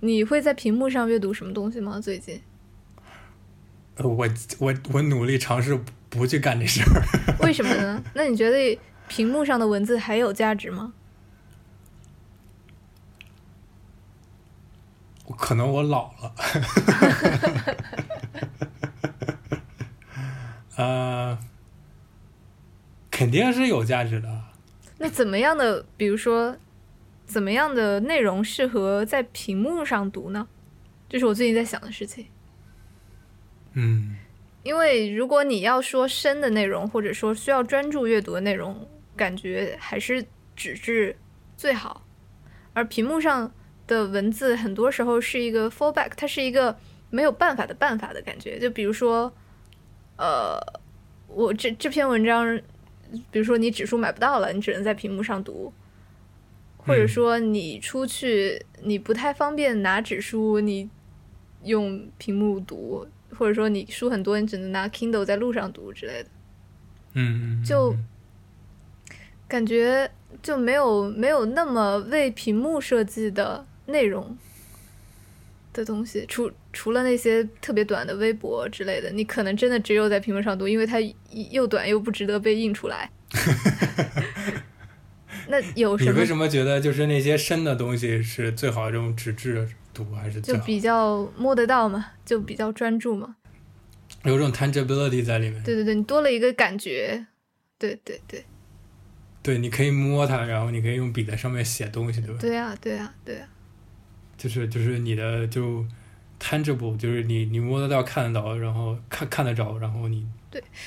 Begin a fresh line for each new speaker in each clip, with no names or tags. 你会在屏幕上阅读什么东西吗？最近？
呃，我我我努力尝试不去干这事儿。
为什么呢？那你觉得屏幕上的文字还有价值吗？
可能我老了。 呃，肯定是有价值的。
那怎么样的，比如说，怎么样的内容适合在屏幕上读呢？这是我最近在想的事情。
嗯，
因为如果你要说深的内容，或者说需要专注阅读的内容，感觉还是纸质最好。而屏幕上的文字很多时候是一个 fallback，它是一个没有办法的办法的感觉。就比如说，呃，我这这篇文章，比如说你指数买不到了，你只能在屏幕上读，或
嗯
者说你出去你不太方便拿纸书，你用屏幕读，或者说你书很多，你只能拿 Kindle 在路上读之类的，
嗯，嗯
就
嗯
感觉就没有没有那么为屏幕设计的内容的东西，除除了那些特别短的微博之类的，你可能真的只有在屏幕上读，因为它又短又不值得被印出来。那有
你
什么
为什么觉得就是那些深的东西是最好这种纸质读啊还是
就
最好？
比较摸得到嘛，就比较专注嘛？
有种 tangibility 在里面。
对对对，你多了一个感觉，对对对，
对，你可以摸它，然后你可以用笔在上面写东西，对吧？
对啊对啊对啊，
就是就是你的就 tangible，就是你你摸得到、看得到，然后看看得着，然后你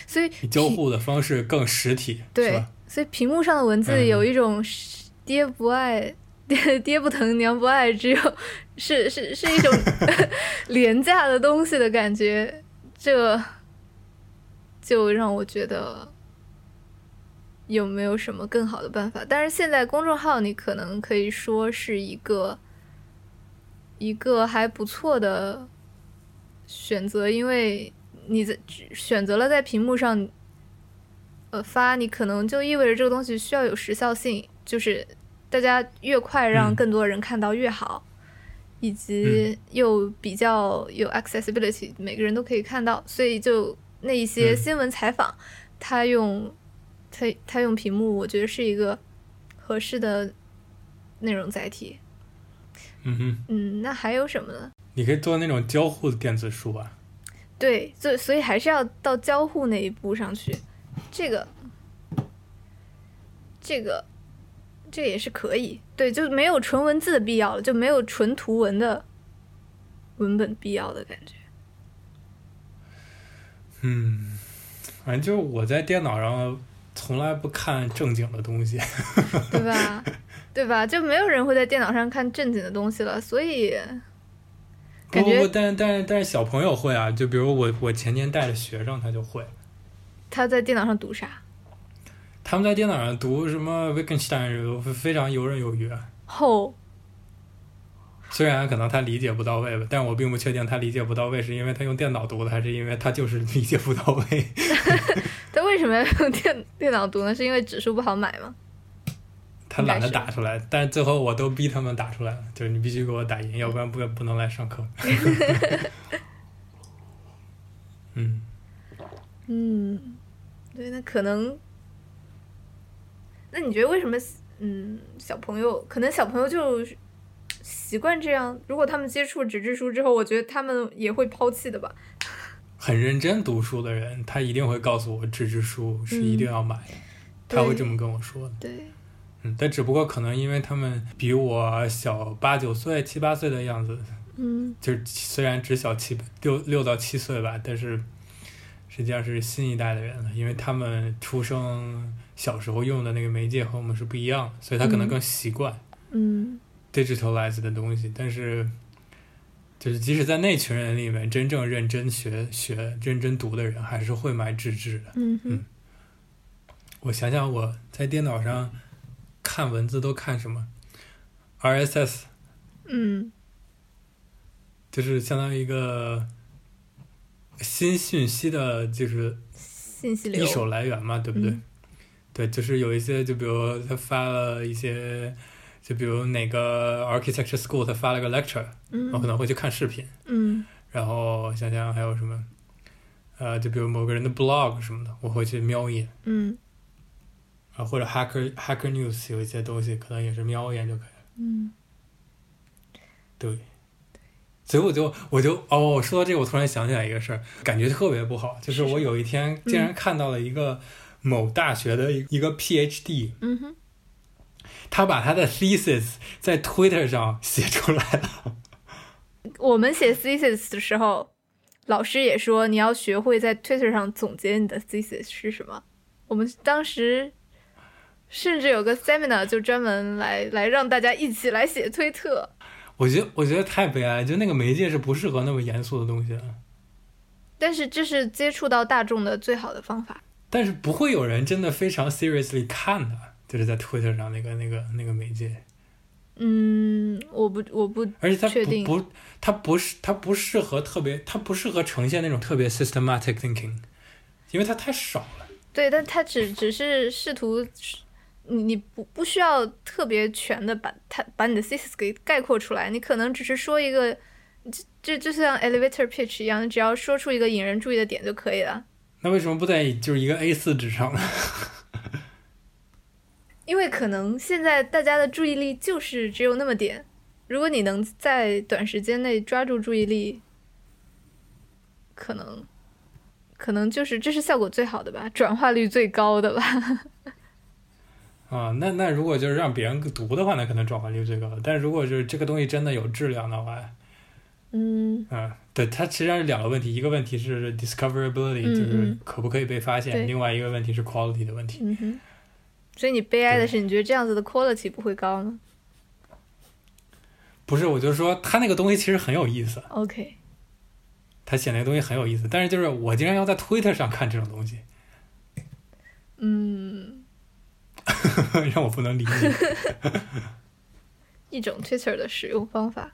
所以
你交
屏
互的方式更实体，是
对
吧？，
所以屏幕上的文字
嗯
有一种是爹不爱、爹爹不疼娘不爱，只有是是是一 种廉价的东西的感觉，这就让我觉得有没有什么更好的办法？但是现在公众号你可能可以说是一个一个还不错的选择，因为你在选择了在屏幕上呃发，你可能就意味着这个东西需要有时效性，就是大家越快让
嗯
更多人看到越好，以及又比较有 accessibility，每个人都可以看到，所以就那一些
嗯
新闻采访，他用他他用屏幕，我觉得是一个合适的内容载体。
嗯哼，
嗯，那还有什么呢？
你可以做那种交互的电子书啊。
对，所以所以还是要到交互那一步上去，这个，这个，这个也是可以。对，就没有纯文字的必要了，就没有纯图文的文本必要的感觉。
嗯，反正就是我在电脑上从来不看正经的东西。
对吧？ 对吧？就没有人会在电脑上看正经的东西了，所以
不
感觉
不不，但但但是小朋友会啊，就比如我我前年带的学生他就会，
他在电脑上读啥？
他们在电脑上读什么 Wittgenstein 非常游刃有余，啊
后
虽然可能他理解不到位吧，但我并不确定他理解不到位是因为他用电脑读的，还是因为他就是理解不到位。
他为什么要用电电脑读呢？是因为指数不好买吗？
他懒得打出来，但是最后我都逼他们打出来了，就是你必须给我
嗯
打赢，要不然不不能来上 课。 嗯，
嗯，对，那可能，那你觉得为什么？嗯，小朋友可能小朋友就是习惯这样。如果他们接触纸质书之后，我觉得他们也会抛弃的吧。
很认真读书的人，他一定会告诉我纸质书是
嗯
一定要买的，他会
对
这么跟我说的。
对，
嗯，但只不过可能因为他们比我小八九岁、七八岁的样子，
嗯，
就是虽然只小七六六到七岁吧，但是实际上是新一代的人了，因为他们出生小时候用的那个媒介和我们是不一样的，所以他可能
嗯
更习惯
嗯，
digitalized 的东西。但是，就是即使在那群人里面，真正认真学学、认真读的人，还是会买纸质的。
嗯哼，
我想想，我在电脑上看文字都看什么？RSS
嗯，
就是相当于一个新讯息的，就是
信息流
一，手来源嘛，对不对？
嗯
对，就是有一些，就比如他发了一些，就比如哪个 architecture school 他发了个 lecture，
嗯
我可能会去看视频，
嗯
然后想想还有什么，呃，就比如某个人的 blog 什么的，我会去瞄一眼，
嗯
啊，或者 hacker hacker news 有一些东西可能也是瞄一眼就可以了。
嗯
所以我就我就哦，说到这个，我突然想起来一个事儿，感觉特别不好，就是
是什么嗯
我有一天竟然看到了一个某大学的一一个 PhD，
嗯哼，
他把他的 thesis 在 Twitter 上写出来了。
我们写 thesis 的时候，老师也说你要学会在 Twitter 上总结你的 thesis 是什么。我们当时甚至有个 seminar 就专门来来让大家一起来写推特。
我觉得我觉得太悲哀了，就那个媒介是不适合那么严肃的东西的。
但是这是接触到大众的最好的方法。
但是不会有人真的非常 seriously 看的，就是在 Twitter 上那个那个那个媒介，
嗯，我不，我不，
而且它
确定
不不它不是它不适合特别，它不适合呈现那种特别 systematic thinking，因为它太少了。
对，但他只只是试图，你你不不需要特别全的把它把你的 thesis 给概括出来，你可能只是说一个，这这就像 elevator pitch 一样，你只要说出一个引人注意的点就可以了。
那为什么不在就是一个 A 4纸上呢？
因为可能现在大家的注意力就是只有那么点，如果你能在短时间内抓住注意力，可能，可能就是这是效果最好的吧，转化率最高的吧。
啊，那那如果就是让别人读的话，那可能转化率最高。但如果就是这个东西真的有质量的话，
嗯，
嗯，对，它实际上是两个问题，一个问题是 discoverability，
嗯
就是
嗯
可不可以被发现；
对
另外一个问题是 quality 的问题。
嗯哼，所以你悲哀的是，你觉得这样子的 quality 不会高吗
不是，我就说他那个东西其实很有意思，
？OK，
他写那个东西很有意思，但是就是我竟然要在 Twitter 上看这种东西，
嗯，
让我不能理解，
一种 Twitter 的使用方法。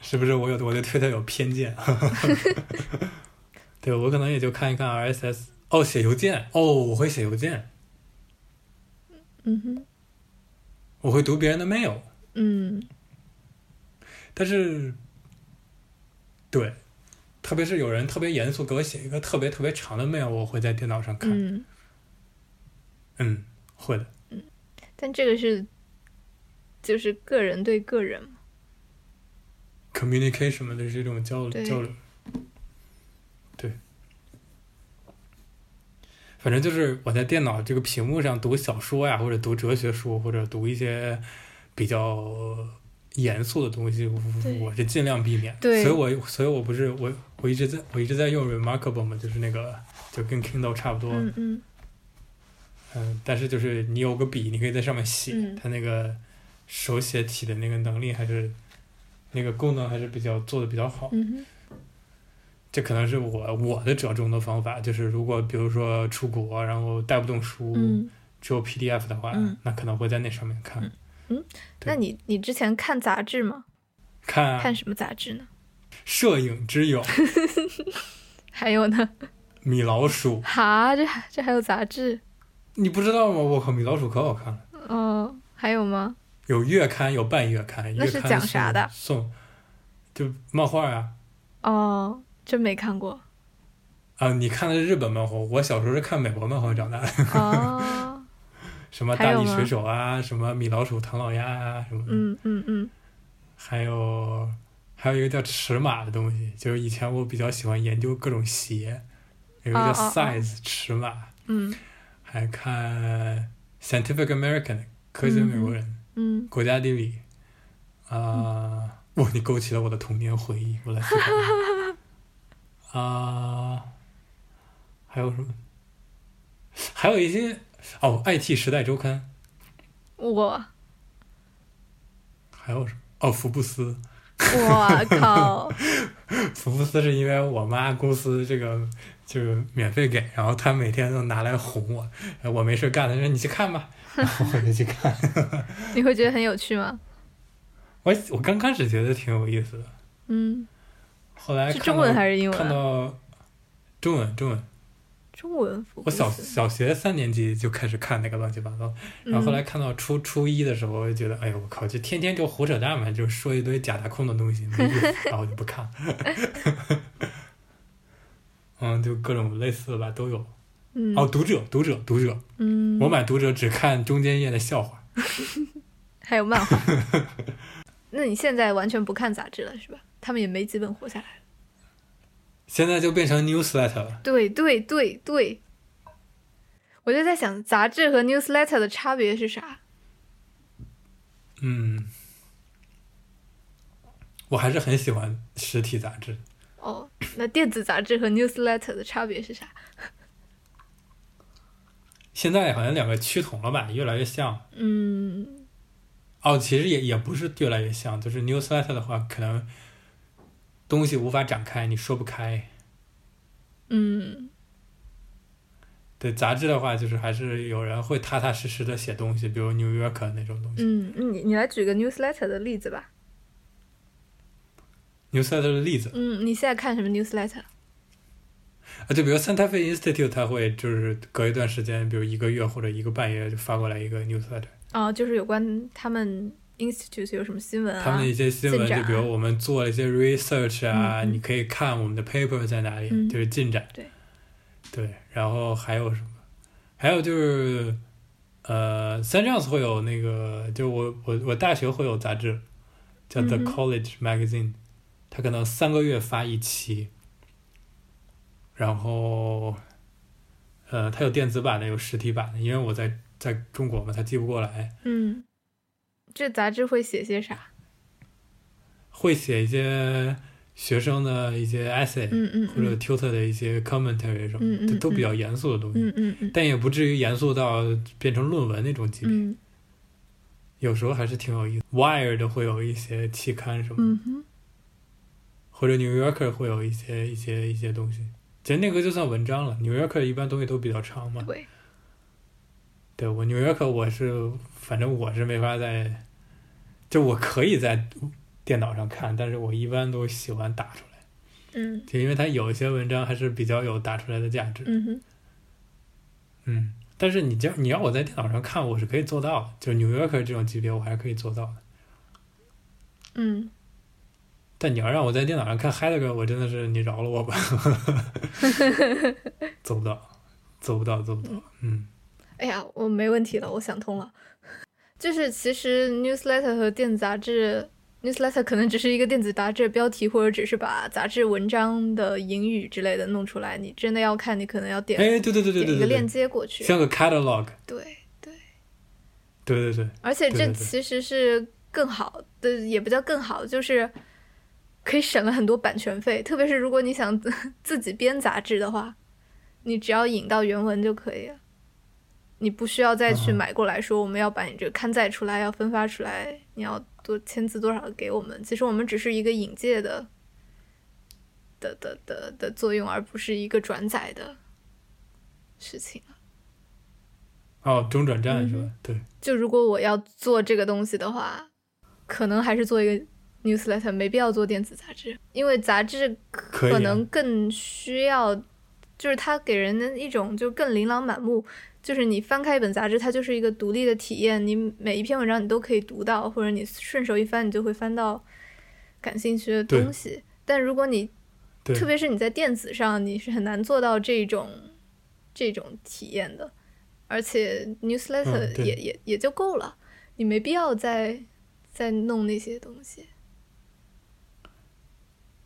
是不是我有我对 Twitter 有偏见？ 对我可能也就看一看 RSS。哦，写邮件哦，我会写邮件，
嗯哼，
我会读别人的 mail，
嗯
但是，对，特别是有人特别严肃给我写一个特别特别长的 mail，我会在电脑上看。嗯
嗯，
会的。
但这个是就是个人对个人嘛。
communication 嘛，这是一种交
对
流交流。对，反正就是我在电脑这个屏幕上读小说呀，或者读哲学书，或者读一些比较严肃的东西，我
对
我是尽量避免。
对
所以我所以我不是我我一直在我一直在用 Remarkable 嘛，就是那个就跟 Kindle 差不多，
嗯嗯
嗯，但是就是你有个笔，你可以在上面写，
嗯
它那个手写体的那个能力还是那个功能还是比较做的比较好。
嗯哼，
这可能是我我的折中的方法，就是如果比如说出国，然后带不动书，
嗯，
只有 PDF 的话，
嗯
那可能会在那上面看、
嗯那
对
你你之前看杂志吗？
看
看
《
什么杂志呢？
摄影之 友》《
还有呢？
米老 鼠》，
哈，这这还有杂志？
你不知道吗？我靠，《米老鼠》可好看了，
哦，还有吗？
有月刊，有半月刊，
那
月
是
刊
讲啥的
送？送就漫画啊。
哦，真没看 过。
啊，你看的是日本漫画，我小时候是看美国漫画长大的，
哦，
什么
还
大
有
力
吗
水手啊，什么米老鼠、唐老鸭啊，什么的，
嗯嗯嗯
还有还有一个叫尺码的东西，就是以前我比较喜欢研究各种鞋，有一个叫
哦哦哦
size 尺码，
嗯
还看 Scientific American 科学美国人，
嗯，
国家地理，啊、哇，你勾起了我的童年回忆，我 来思考一下啊、还有什么？还有一些哦，《IT 时代周刊》，
我。
还有什么？哦，福布斯，
我靠！
福布斯是因为我妈公司这个就是免费给，然后她每天都拿来哄我，呃我没事干，她说你去看吧，然后我就去看。
你会觉得很有趣吗？
我我刚开始觉得挺有意思的，
嗯，
后来
是
看
中
到
文还是英文
看
啊？
到中文中文
中文福
我
克
小
斯，
小学三年级就开始看那个乱七八糟，然
嗯
后后来看到初初一的时候，我就觉得，哎呦我靠，就天天就胡扯淡嘛，就说一堆假大空的东西，没意思，然后我就不看。 嗯，就各种类似的吧，都有。
嗯
哦，读者，读者，读者，
嗯，
我买读者只看中间页的笑话。
还有漫 画。那你现在完全不看杂志了是吧？他们也没几本活下来了。
现在就变成 newsletter 了。
对对对对，我就在想杂志和 newsletter 的差别是啥？
嗯，我还是很喜欢实体杂志。
哦，那电子杂志和 newsletter 的差别是啥？
现在好像两个趋同了吧，越来越像。
嗯
哦，其实也也不是越来越像，就是 newsletter 的话，可能东西无法展开，你说不开。
嗯
对杂志的话，就是还是有人会踏踏实实的写东西，比如 New Yorker 那种东西。
嗯，你你来举个 newsletter 的例子吧。
newsletter 的例子
嗯，你现在看什么 newsletter？
啊，就比如 Santa Fe Institute，它会就是隔一段时间，比如一个月或者一个半月就发过来一个 newsletter。
哦，就是有关他们 institute 有什么新闻啊？
他们的一些新闻，
进展
就比如我们做了一些 research 啊，
嗯嗯
你可以看我们的 paper 在哪里，
嗯
就是进展。
对，
对，然后还有什么？还有就是，呃，San j o s 会有那个，就我我我大学会有杂志，叫 The
嗯哼
College Magazine，、它可能三个月发一期，然后，呃，它有电子版的，有实体版的，因为我在在中国嘛，它寄不过来，
嗯，这杂志会写些啥？
会写一些学生的一些 essay，、
嗯嗯
或者
嗯
tutor 的一些 commentary 什么的，
嗯嗯
这都比
嗯
较严肃的东西，
嗯嗯嗯
但也不至于严肃到变成论文那种级别，
嗯
有时候还是挺有意思。Wired 会有一些期刊什么的，
嗯哼，
或者 New Yorker 会有一些一些一些东西，其实那个就算文章了。New Yorker 一般东西都比较长嘛。
对，
对我 New Yorker 我是反正我是没法在，就我可以在电脑上看，但是我一般都喜欢打出来。
嗯
就因为它有一些文章还是比较有打出来的价值，
嗯哼，
嗯，但是你叫你要我在电脑上看，我是可以做到的，就 New Yorker 这种级别我还是可以做到的。
嗯，
但你要让我在电脑上看 Heidegger，我真的是你饶了 我吧，做不到，做不到，做不到，嗯，
哎呀，我没问题了，我想通了。 就是其实 newsletter 和电子杂志，newsletter 可能只是一个电子杂志的标题，或者只是把杂志文章的引语之类的弄出来。你真的要看，你可能要点
哎，对对
嗯
对对
点一
对
个
对
链
对，
接过去。
像个 catalog，
对对，
对对对，
而且
对
这
对对
其实是更好的，也不叫更好，就是可以省了很多版权费。特别是如果你想 自自己编杂志的话，你只要引到原文就可以了，你不需要再去
嗯
买过来说我们要把你这个刊载出来，要分发出来，你要多签字多少给我们。其实我们只是一个引介的的的的的作用，而不是一个转载的事情。
哦，中转站是吧？
嗯
对，
就如果我要做这个东西的话，可能还是做一个 newsletter，没必要做电子杂志，因为杂志
可以啊
可能更需要，就是它给人的一种就更琳琅满目，就是你翻开一本杂志，它就是一个独立的体验，你每一篇文章你都可以读到，或者你顺手一翻，你就会翻到感兴趣的
对
东西。但如果你
对
特别是你在电子上，你是很难做到这种这种体验的，而且 newsletter
嗯对
也、也也就够了，你没必要再再弄那些东西。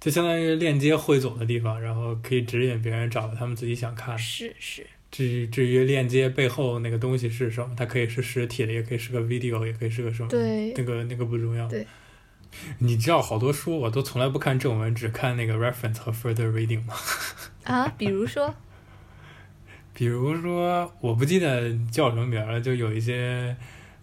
就相当于链接汇总的地方，然后可以指引别人找到他们自己想看。
是是，
至于至于链接背后那个东西是什么，它可以是实体的，也可以是个 video，也可以是个什么，
对
那个那个不重要。
对，
你知道好多书我都从来不看正文，只看那个 reference 和 further reading 吗？
啊，比如 说，
比如说，我不记得叫什么名儿了，就有一些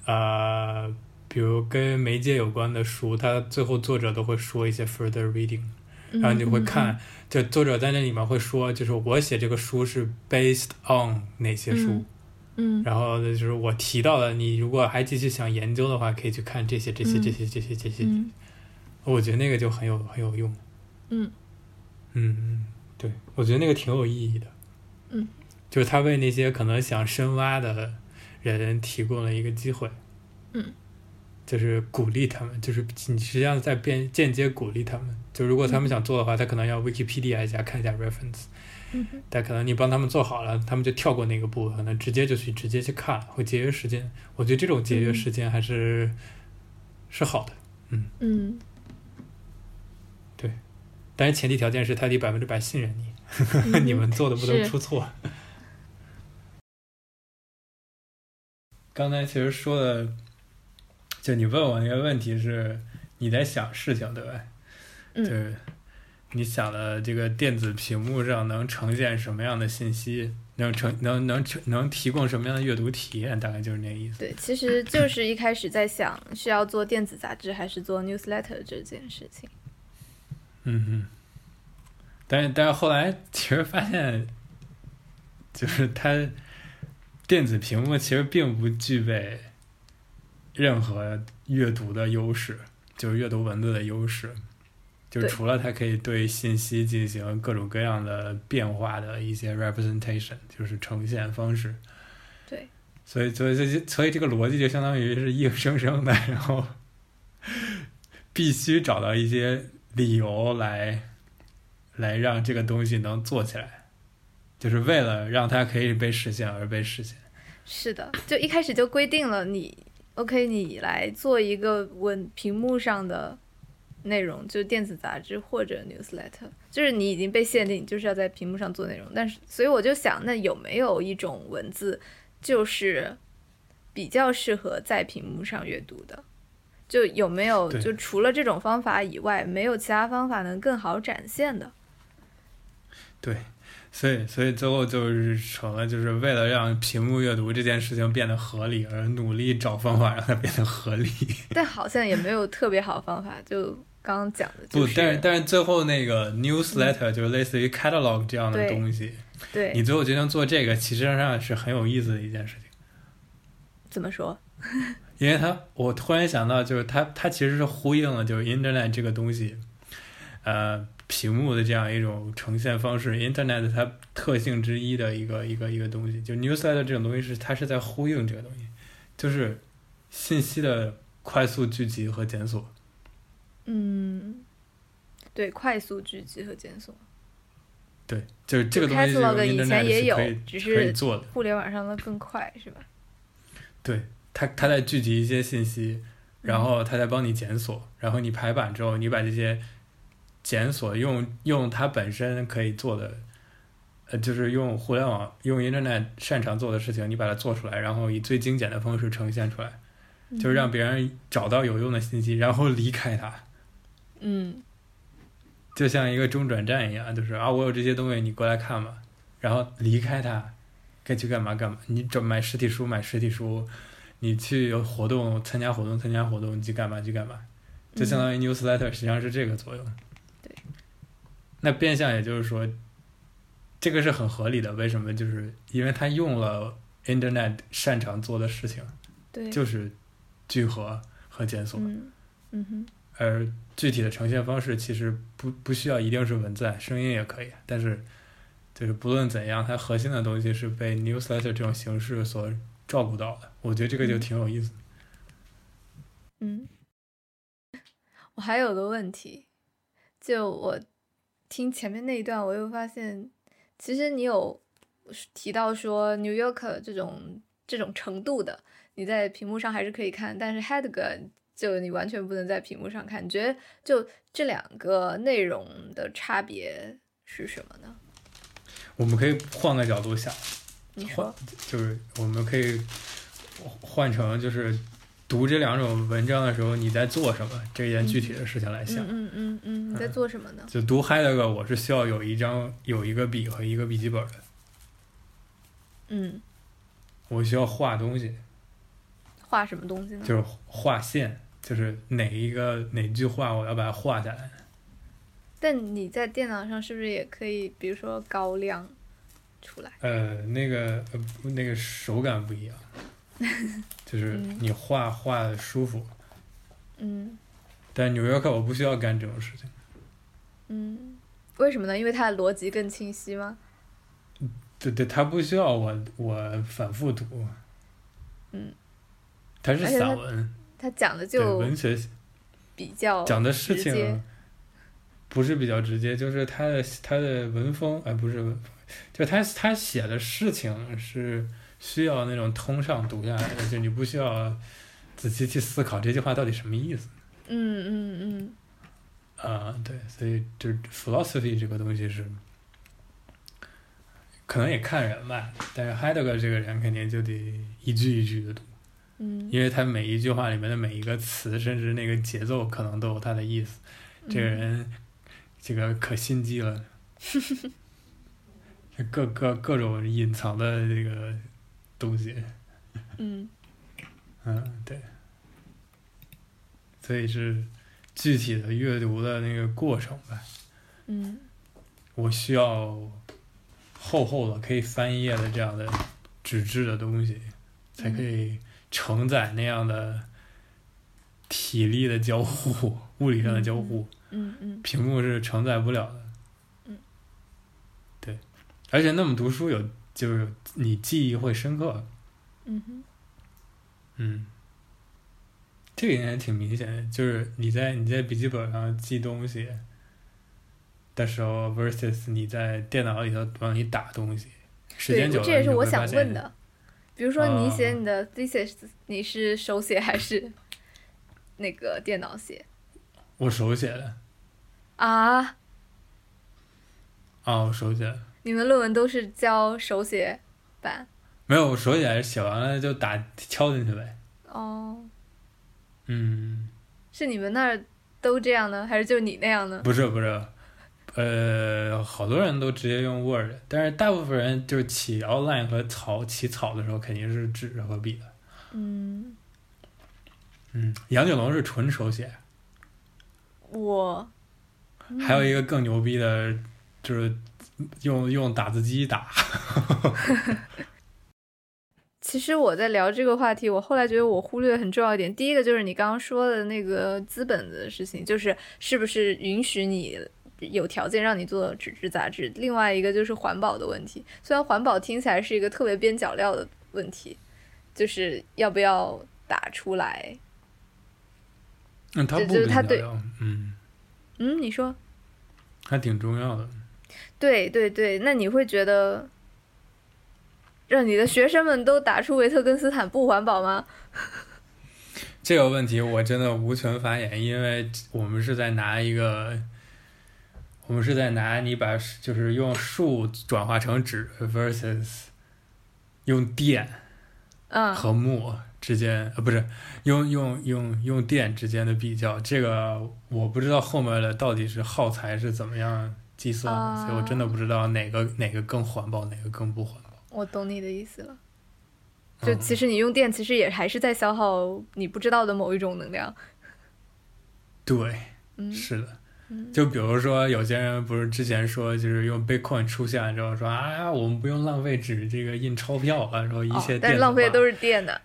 呃，比如跟媒介有关的书，它最后作者都会说一些 further reading。
然
然后你就会看，就作者在那里面会说，就是我写这个书是 based on 哪些书，
嗯，嗯，
然后就是我提到了，你如果还继续想研究的话，可以去看这些、这些、
嗯
这些、这些、这些。
嗯
我觉得那个就很有很有用。
嗯
嗯嗯，对，我觉得那个挺有意义的。
嗯，
就是他为那些可能想深挖的人提供了一个机会，
嗯，
就是鼓励他们，就是你实际上在变间接鼓励他们。就如果他们想做的话，他可能要 Wikipedia 一下看一下 reference，
嗯哼
但可能你帮他们做好了，他们就跳过那个部分，可能直接就去直接去看了，会节约时间。我觉得这种节约时间还是、是好的，
嗯
但是前提条件是他得百分之百信任你。
嗯
你们做的不能
是
出错。刚才其实说的，就你问我那个问题是你在想事情对吧？
嗯
就是你想的这个电子屏幕上能呈现什么样的信息，能呈能能呈能提供什么样的阅读体验，大概就是那意思。
对，其实就是一开始在想是要做电子杂志还是做 newsletter 这件事情。
嗯哼，但是但是后来其实发现，就是它电子屏幕其实并不具备任何阅读的优势，就是阅读文字的优势，就
对
除了它可以对信息进行各种各样的变化的一些 representation，就是呈现方式。
对，
所以，所以这所以这个逻辑就相当于是硬生生的，然后必须找到一些理由来来让这个东西能做起来，就是为了让它可以被实现而被实现。
是的，就一开始就规定了你 OK，你来做一个文屏幕上的内容，就是电子杂志或者 newsletter，就是你已经被限定，就是要在屏幕上做内容。但是，所以我就想，那有没有一种文字，就是比较适合在屏幕上阅读的？就有没有
对
就除了这种方法以外，没有其他方法能更好展现的？
对，所以所以最后就是成了，就是为了让屏幕阅读这件事情变得合理，而努力找方法让它变得合理。
但好像也没有特别好方法，就刚刚讲的，就
不，但是
是
但是最后那个 newsletter 就是类似于 catalog 这样的
对
东西，
对
你最后决定做这个，其实上是很有意思的一件事情。
怎么说？
因为它，我突然想到，就是它，它其实是呼应了就是 Internet 这个东西，呃，屏幕的这样一种呈现方式，Internet 它特性之一的一个一个一个东西，就 Newsletter 这种东西是它是在呼应这个东西，就是信息的快速聚集和检索。
嗯，对，快速聚集和检索，
对，就是这个东
就
西就是
catalog 以前
Internet
也
是
有
可以
只
可
是
以做的。
互联网上的更快是吧？
对，它它在聚集一些信息，然后它在帮你检索，然后你排版之后，你把这些检索用用它本身可以做的，呃，就是用互联网用 Internet 擅长做的事情，你把它做出来，然后以最精简的方式呈现出来，
嗯
就是让别人找到有用的信息，然后离开它。
嗯
就像一个中转站一样，就是啊，我有这些东西，你过来看嘛，然后离开它，该去干嘛干嘛。你找买实体书买实体书，你去有活动参加活动参加活动，你去干嘛去干嘛，就相当于 newsletter 实际上是这个作用。
对。
那变相也就是说，这个是很合理的。为什么？就是因为它用了 internet 擅长做的事情，
对，
就是聚合和检索。
嗯嗯哼，
而具体的呈现方式其实不不需要一定是文字，啊声音也可以。但是，就是不论怎样，它核心的东西是被 newsletter 这种形式所照顾到的。我觉得这个就挺有意思的。
嗯。 我还有个问题，就我听前面那一段，我又发现，其实你有提到说 New York 这种这种程度的，你在屏幕上还是可以看，但是 Headgun 就你完全不能在屏幕上看。你觉得就这两个内容的差别是什么呢？
我们可以换个角度想，
你
换
说，
就是我们可以换成就是读这两种文章的时候你在做什么这件具体的事情来
嗯
想。
嗯嗯嗯，你在
嗯
做什么呢？
就读 Heidegger，我是需要有一张有一个笔和一个笔记本的，
嗯，
我需要画东西。
画什么东西呢？
就是画线，就是哪一个哪句话我要把它画下来。
但你在电脑上是不是也可以，比如说高亮出来？
呃，那个呃不那个手感不一 样，就是
嗯
你画画的舒服。
嗯
但纽约客我不需要干这种事情，
嗯，为什么呢？因为它的逻辑更清晰吗？
对对，它不需要我我反复读，
嗯，
它是
而且它
散文，
他讲的
对
就
文学
比较
讲的事
哦直接
情不是比较直接，就是他的他的文风，哎，不是文风，就他他写的事情是需要那种通上读下来的，就你不需要仔细去思考这句话到底什么意思
嗯嗯嗯，
啊、对，所以就是 philosophy 这个东西是。可能也看人吧，但是 Heidegger 这个人肯定就得一句一句的读，
嗯，
因为他每一句话里面的每一个词，甚至那个节奏，可能都有他的意思。这个
嗯
人，这个可心机了，这各各各种隐藏的这个东西，
嗯
嗯，对，所以是具体的阅读的那个过程吧。
嗯
我需要厚厚的可以翻页的这样的纸质的东西，才可以承载那样的体力的交互、物理上的交互。
嗯嗯
屏幕是承载不了的。
嗯，
对，而且那么读书有就是你记忆会深刻。
嗯哼
嗯，这个应该挺明显的，就是你在你在笔记本上记东西的时候，versus 你在电脑里头帮你打东西，时
对，
间久
我
了
这也是
你
我
会发
想
现
问的。比如说，你写
啊
你的 thesis，、你是手写还是那个电脑写
我手写的
啊？
啊，我手写的
你们论文都是交手写版
没有，我手写还是写完了就打敲进去呗。
哦？
嗯。
是你们那儿都这样呢，还是就你那样呢？
不是不是，呃，好多人都直接用 Word，但是大部分人就是起 outline 和草起草的时候肯定是纸和笔的。
嗯，
嗯，杨九龙是纯手写，
我嗯
还有一个更牛逼的，就是用用打字机打。
其实我在聊这个话题，我后来觉得我忽略很重要一点。第一个就是你刚刚说的那个资本的事情，就是是不是允许你有条件让你做纸质杂志。另外一个就是环保的问题，虽然环保听起来是一个特别边角料的问题，就是要不要打出来？
嗯，他
就
不
就是
比
他
较
对
要，嗯，
嗯，你说？
还挺重要的。
对对对，那你会觉得让你的学生们都打出维特根斯坦不环保吗？
这个问题我真的无权发言，因为我们是在拿一个，我们是在拿你把就是用数转化成纸 versus 用电
嗯，
和木之间，呃，不是用用用用电之间的比较，这个我不知道后面的到底是耗材是怎么样计算的，
啊
所以我真的不知道哪个哪个更环保，哪个更不环保。
我懂你的意思了。就
嗯
其实你用电，其实也还是在消耗你不知道的某一种能量。
对，
嗯
是的
嗯，
就比如说有些人不是之前说，就是用 Bitcoin 出现之后说啊，我们不用浪费纸这个印钞票了，然后一
哦
切电子化、
但是浪费的都是电 的。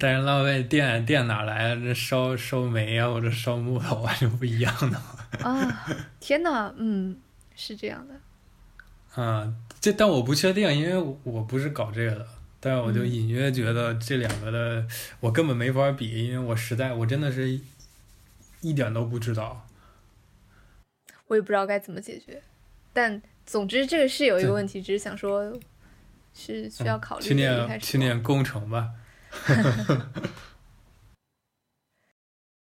但是浪费电电哪来？这烧烧煤啊，或者烧木头啊，就不一样的。
啊，天哪，嗯，是这样的。
啊，这但我不确定，因为我我不是搞这个的，但是我就
嗯
隐约觉得这两个的我根本没法比，因为我实在我真的是一一点都不知道。
我也不知道该怎么解决，但总之这个是有一
对嗯
个问题，只是想说，是需要考虑
去
的。一开
念
始
去念工程吧。